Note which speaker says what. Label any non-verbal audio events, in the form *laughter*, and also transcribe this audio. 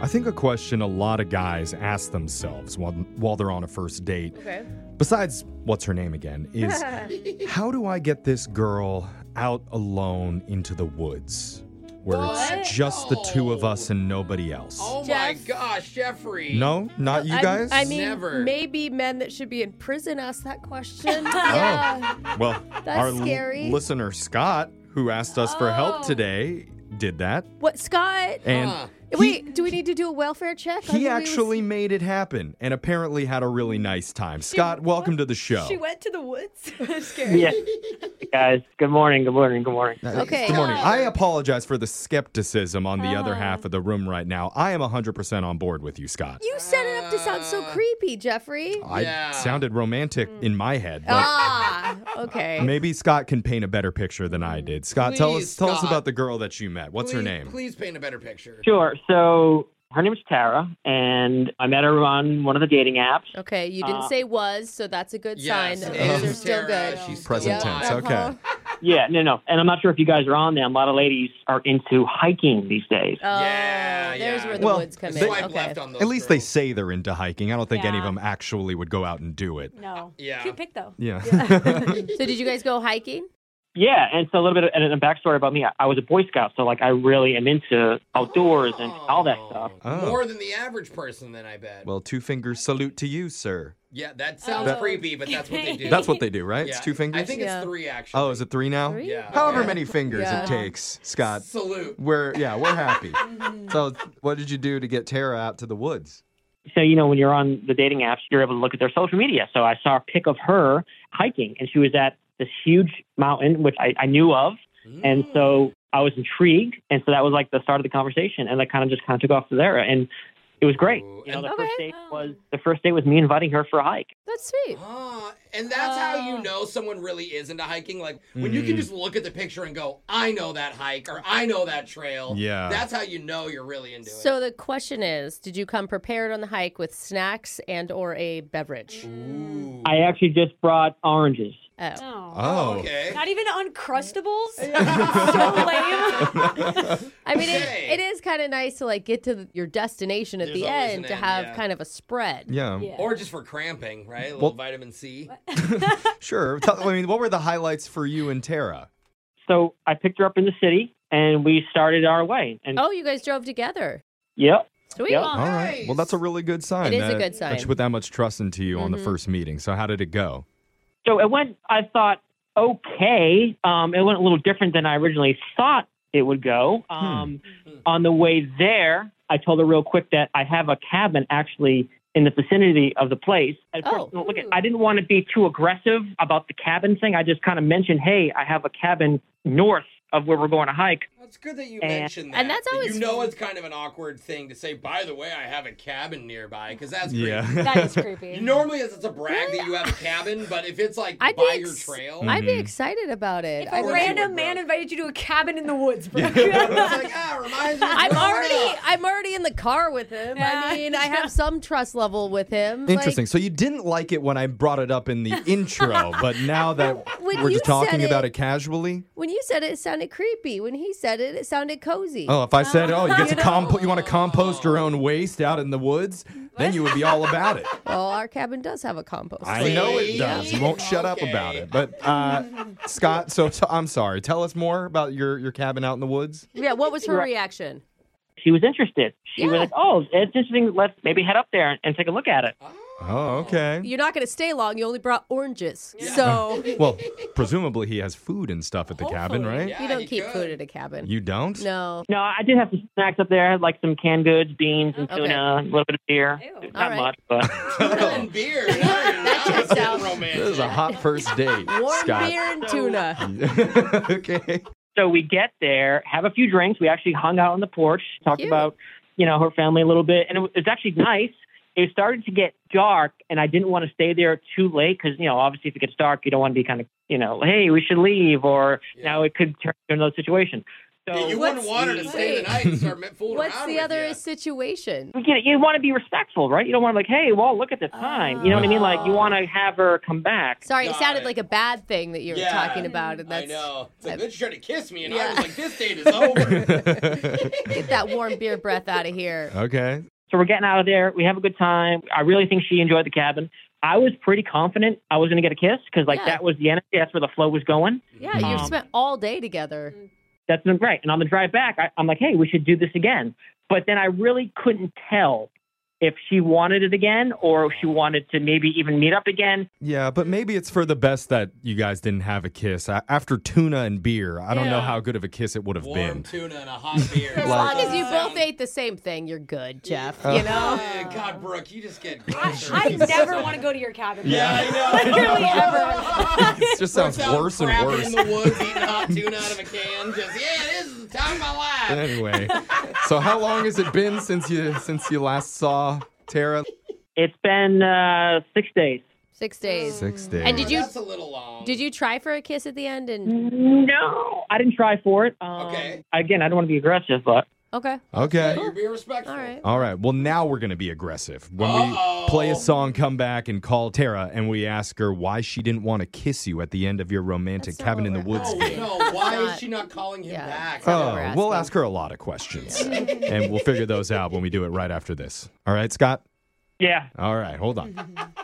Speaker 1: I think a question a lot of guys ask themselves while, while they're on a first date,
Speaker 2: Okay.
Speaker 1: besides what's her name again,
Speaker 2: *laughs*
Speaker 1: is how do I get this girl out alone into the woods where
Speaker 2: What?
Speaker 1: it's just the two of us and nobody else?
Speaker 3: Oh my
Speaker 2: Jeff.
Speaker 3: gosh, Jeffrey.
Speaker 1: No, not you guys?
Speaker 2: I, I mean,
Speaker 3: Never. Oh.
Speaker 2: maybe men that should be in prison ask that
Speaker 3: *laughs*
Speaker 2: question. yeah.
Speaker 1: Oh. well, our l-
Speaker 2: scary. Oh.
Speaker 1: listener Scott, who asked us for help today, did that.
Speaker 2: What, Scott?
Speaker 1: And
Speaker 3: Huh.
Speaker 2: Wait, do we need to do a welfare check? I thought
Speaker 1: he
Speaker 2: we
Speaker 1: actually made it happen and apparently had a really nice time. Scott, welcome to the show.
Speaker 2: Was, she went to
Speaker 1: *laughs*
Speaker 2: the woods. Scary.
Speaker 4: Yes. Guys, good morning, good morning, good morning.
Speaker 2: Okay. Uh,
Speaker 1: Good morning. I apologize for the skepticism on the other half of the room right now. I am 100% on board with you, Scott.
Speaker 2: You set it up to sound so
Speaker 3: Uh.
Speaker 2: creepy, Jeffrey.
Speaker 1: I
Speaker 3: Yeah.
Speaker 1: sounded romantic in my head, but
Speaker 2: Ah, okay.
Speaker 1: maybe Scott can paint a better picture than I did. Scott, tell us
Speaker 3: Please,
Speaker 1: tell us
Speaker 3: Scott.
Speaker 1: about the girl that you met. What's her
Speaker 3: Please-
Speaker 1: name?
Speaker 3: Please paint a better picture.
Speaker 4: Sure. So her name is Tara, and I met her on one of the dating apps.
Speaker 2: Okay, you didn't
Speaker 4: Uh,
Speaker 2: say was, so that's a good
Speaker 3: Yes,
Speaker 2: sign. That
Speaker 3: it
Speaker 2: those
Speaker 3: is
Speaker 2: are still
Speaker 3: Tara.
Speaker 2: good.
Speaker 3: She's
Speaker 1: Present
Speaker 3: still alive.
Speaker 1: tense. Okay.
Speaker 4: Yeah, no, no. And I'm not sure if you guys are on them. A lot of ladies are into hiking these days.
Speaker 2: Oh,
Speaker 3: Yeah,
Speaker 2: there's
Speaker 3: yeah.
Speaker 2: where the
Speaker 1: Well,
Speaker 2: woods come
Speaker 3: Swipe
Speaker 2: in. Okay.
Speaker 3: left on those
Speaker 1: At least they
Speaker 3: girls.
Speaker 1: say they're into hiking. I don't think any of
Speaker 5: Yeah.
Speaker 1: them actually would go out and do it.
Speaker 5: No.
Speaker 3: Yeah.
Speaker 5: Cute
Speaker 1: *laughs*
Speaker 5: pick though.
Speaker 1: Yeah.
Speaker 2: so did you guys go hiking?
Speaker 4: Yeah, and so a little bit of, and a backstory about me. I, I was a Boy Scout, so like I really am into outdoors and all that stuff.
Speaker 1: Oh.
Speaker 3: More than the average person, then I
Speaker 1: *laughs*
Speaker 3: bet.
Speaker 1: well, two fingers salute to you, sir.
Speaker 3: yeah, that sounds
Speaker 5: That-
Speaker 3: creepy, but that's what they do.
Speaker 1: That's what they do, right? It's
Speaker 3: Yeah.
Speaker 1: two fingers.
Speaker 3: I think
Speaker 2: Oh, Yeah.
Speaker 3: it's three, actually.
Speaker 1: oh, is it three now?
Speaker 2: Three?
Speaker 3: Yeah.
Speaker 1: However
Speaker 3: Yeah.
Speaker 1: many fingers
Speaker 2: Yeah.
Speaker 1: it takes, Scott.
Speaker 3: Salute.
Speaker 1: We're yeah, we're
Speaker 5: *laughs*
Speaker 1: happy.
Speaker 5: Mm-hmm.
Speaker 1: so, what did you do to get Tara out to the woods?
Speaker 4: So you know, when you're on the dating apps, you're able to look at their social media. So I saw a pic of her hiking, and she was at this huge mountain, which I, I knew of, and
Speaker 2: Mm.
Speaker 4: so I was intrigued, and so that was like the start of the conversation, and I kind of just kind of took off from there, and it was great.
Speaker 3: Ooh,
Speaker 4: You know,
Speaker 3: and-
Speaker 4: the
Speaker 2: Okay. Oh.
Speaker 4: first date was the first date was me inviting her for a hike.
Speaker 2: That's sweet.
Speaker 3: Ah, and that's how
Speaker 2: Oh.
Speaker 3: you know someone really is into hiking. Like when you can
Speaker 1: Mm-hmm.
Speaker 3: just look at the picture and go, "I know that hike" or "I know that trail."
Speaker 1: Yeah.
Speaker 3: that's how you know you're really into it.
Speaker 2: So the question is, did you come prepared on the hike with snacks and or a beverage?
Speaker 3: Mm. Ooh.
Speaker 4: I actually just brought oranges.
Speaker 2: Oh.
Speaker 5: *laughs* No.
Speaker 1: Oh,
Speaker 3: okay.
Speaker 5: Not even
Speaker 1: *laughs*
Speaker 5: Uncrustables. so lame.
Speaker 2: I mean,
Speaker 3: Okay.
Speaker 2: it, it is kind of nice to like get to the, your destination at
Speaker 3: There's
Speaker 2: the
Speaker 3: always
Speaker 2: end
Speaker 3: an
Speaker 2: to
Speaker 3: end,
Speaker 2: have
Speaker 3: yeah.
Speaker 2: kind of a spread.
Speaker 1: yeah,
Speaker 5: *laughs* Yeah.
Speaker 3: Or just for cramping, right? A little
Speaker 1: Well-
Speaker 3: vitamin C.
Speaker 1: sure. Tell- I mean, what were the highlights for you and Tara?
Speaker 4: So I picked her up in the city, and we started our way. And
Speaker 2: Oh, you guys drove together.
Speaker 4: yep,
Speaker 2: Sweet.
Speaker 4: Yep.
Speaker 5: Oh,
Speaker 1: All right. Well, that's a really good sign.
Speaker 2: It is a
Speaker 1: that-
Speaker 2: good sign. Mm-hmm.
Speaker 1: That you put that much trust into you on the first meeting. So, how did it go?
Speaker 4: So it went. I thought, okay, um, it went a little different than I originally thought it would go.
Speaker 2: Hmm.
Speaker 4: Um, On the way there, I told her real quick that I have a cabin actually in the vicinity of the place. And of
Speaker 2: Oh.
Speaker 4: course, look, I didn't want to be too aggressive about the cabin thing. I just kind of mentioned, hey, I have a cabin north of where we're going to hike.
Speaker 3: That's good that you
Speaker 1: Eh.
Speaker 4: And-
Speaker 3: mentioned that.
Speaker 2: and that's
Speaker 3: that
Speaker 2: always-
Speaker 3: you know it's kind of an awkward thing to say. By the way, I have a cabin nearby because that's
Speaker 1: *laughs*
Speaker 3: creepy.
Speaker 1: Yeah.
Speaker 5: That is
Speaker 3: You-
Speaker 5: creepy.
Speaker 3: Normally, it's, it's a brag that you have a cabin, but if it's like
Speaker 2: I'd be
Speaker 3: by your
Speaker 2: ex-
Speaker 3: trail,
Speaker 1: Mm.
Speaker 2: I'd
Speaker 1: Mm-hmm.
Speaker 2: be excited about it.
Speaker 5: If
Speaker 2: I
Speaker 5: a
Speaker 2: mean,
Speaker 5: random man invited you to a cabin in the
Speaker 3: *laughs*
Speaker 5: woods, *laughs* Brooke. Yeah.
Speaker 3: it's like ah, reminds
Speaker 2: *laughs*
Speaker 3: me. of
Speaker 2: I'm
Speaker 3: growing
Speaker 2: already
Speaker 3: up."
Speaker 2: I'm already in the car with him. I
Speaker 5: Yeah.
Speaker 2: mean, I
Speaker 3: *laughs*
Speaker 2: have some trust level with him. Like,
Speaker 1: Interesting. so, you didn't like it when I brought it up in
Speaker 2: *laughs*
Speaker 1: the intro, but now that
Speaker 2: When
Speaker 1: we're
Speaker 2: you
Speaker 1: just talking
Speaker 2: said
Speaker 1: about
Speaker 2: it-
Speaker 1: it casually.
Speaker 2: when you said it, it sounded creepy. When he said it, it sounded cozy.
Speaker 1: Oh, if I said, "Oh, you get
Speaker 5: You
Speaker 1: to compo- you want to compost your own waste out in the woods," then you would be all about it.
Speaker 2: Well, our cabin does have a compost.
Speaker 1: I know it does. You won't shut up
Speaker 3: Okay.
Speaker 1: about it. But uh, Scott, so, so I'm sorry. Tell us more about your your cabin out in the woods.
Speaker 2: Yeah, what was her
Speaker 4: Right.
Speaker 2: reaction?
Speaker 4: She was interested. She
Speaker 2: Yeah.
Speaker 4: was like, oh, it's interesting. Let's maybe head up there and, and take a look at it.
Speaker 1: Oh, okay.
Speaker 2: You're not going to stay long. You only brought oranges.
Speaker 3: *laughs*
Speaker 2: So
Speaker 1: *laughs* Well, presumably he has food and stuff at the cabin,
Speaker 5: Hopefully,
Speaker 1: right?
Speaker 3: Yeah,
Speaker 2: you don't
Speaker 3: you
Speaker 2: keep
Speaker 3: could.
Speaker 2: food at a cabin.
Speaker 1: You don't?
Speaker 2: no.
Speaker 4: No, I did have some snacks up there. I had like some canned goods, beans and
Speaker 2: Okay.
Speaker 4: tuna, a little bit of beer.
Speaker 5: Ew.
Speaker 2: All
Speaker 4: Not
Speaker 2: right.
Speaker 4: much, but *laughs*
Speaker 3: Tuna
Speaker 1: *laughs*
Speaker 3: and beer. That
Speaker 2: checks out.
Speaker 1: *laughs* This is a hot first
Speaker 3: *laughs*
Speaker 1: date,
Speaker 2: Warm
Speaker 1: Scott.
Speaker 2: beer and tuna.
Speaker 1: *laughs* okay.
Speaker 4: so we get there, have a few drinks. We actually hung out on the porch, talked
Speaker 2: Cute.
Speaker 4: about you know her family a little bit, and it was, it was actually nice. It started to get dark, and I didn't want to stay there too late because you know obviously if it gets dark, you don't want to be kind of you know hey we should leave or
Speaker 3: Yeah.
Speaker 4: now it could turn to another situation. So
Speaker 3: you wouldn't
Speaker 5: What's-
Speaker 3: want her to stay the night and
Speaker 2: *laughs*
Speaker 3: start fooling
Speaker 2: What's
Speaker 3: around
Speaker 2: the
Speaker 3: with
Speaker 2: other
Speaker 3: ya.
Speaker 2: situation?
Speaker 4: you, know, you want to be respectful, right? You don't want to like, hey, well, look at the
Speaker 2: Ah.
Speaker 4: time. You know what I mean? Like, you want to have her come back.
Speaker 2: Sorry, it
Speaker 3: Got
Speaker 2: sounded
Speaker 3: it.
Speaker 2: like a bad thing that you were
Speaker 3: Yeah.
Speaker 2: talking about, and that's
Speaker 3: I know. It's like,
Speaker 2: that-
Speaker 3: then she tried to kiss me, and I
Speaker 2: Yeah.
Speaker 3: was like, this date
Speaker 1: *laughs*
Speaker 3: is over.
Speaker 2: get that warm beer breath out of
Speaker 3: *laughs*
Speaker 2: here.
Speaker 1: okay.
Speaker 4: So we're getting out of there. We have a good time. I really think she enjoyed the cabin. I was pretty confident I was going to get a kiss because, like,
Speaker 2: Yeah.
Speaker 4: that was the energy. That's where the flow was going.
Speaker 2: Yeah, you've
Speaker 4: Um,
Speaker 2: spent all day together.
Speaker 3: Mm-hmm.
Speaker 4: That's been great. And on the drive back, I, I'm like, hey, we should do this again. But then I really couldn't tell if she wanted it again or if she wanted to maybe even meet up again.
Speaker 1: Yeah, but maybe it's for the best that you guys didn't have a kiss. A- After tuna and beer, I don't know
Speaker 2: Yeah.
Speaker 1: how good of a kiss it would have
Speaker 3: Warm
Speaker 1: been.
Speaker 3: tuna and a hot beer.
Speaker 1: Like-
Speaker 2: As long as you
Speaker 3: Sounds-
Speaker 2: both ate the same thing, you're good, Jeff. You know?
Speaker 3: uh, Yeah, God, Brooke, you just get. grosser.
Speaker 5: I never want to go to your cabin.
Speaker 3: Yeah, I know.
Speaker 5: Literally ever.
Speaker 1: *laughs*
Speaker 3: *laughs*
Speaker 1: It just sounds
Speaker 3: Sounds
Speaker 1: worse and
Speaker 3: crappy
Speaker 1: worse.
Speaker 3: in the woods, eating hot tuna out of a can. Just yeah, this is the time of my life.
Speaker 1: Anyway, so how long has it been since you since you last saw Tara?
Speaker 4: It's been uh, six days.
Speaker 2: Six days.
Speaker 1: Six days.
Speaker 2: And did you
Speaker 3: That's a little long.
Speaker 2: did you try for a kiss at the end? And
Speaker 4: No, I didn't try for it. Um,
Speaker 3: Okay.
Speaker 4: Again, I don't want to be aggressive, but
Speaker 2: okay,
Speaker 1: Okay.
Speaker 3: You're being respectful.
Speaker 2: all right.
Speaker 1: All right. Well, now we're going to be aggressive. When
Speaker 3: Uh-oh.
Speaker 1: we play a song, come back and call Tara, and we ask her why she didn't want to kiss you at the end of your romantic
Speaker 2: That's not
Speaker 1: cabin in
Speaker 2: what
Speaker 1: the
Speaker 2: we're
Speaker 1: woods.
Speaker 3: Oh
Speaker 1: game.
Speaker 3: no! Why is
Speaker 2: Not-
Speaker 3: she not calling him
Speaker 2: yeah.
Speaker 3: back?
Speaker 2: Oh.
Speaker 1: Oh,
Speaker 2: we're
Speaker 1: we'll
Speaker 2: asking.
Speaker 1: ask her a lot of
Speaker 2: *laughs*
Speaker 1: questions, and we'll figure those out when we do it right after this. All right, Scott.
Speaker 4: yeah,
Speaker 1: All right, hold on.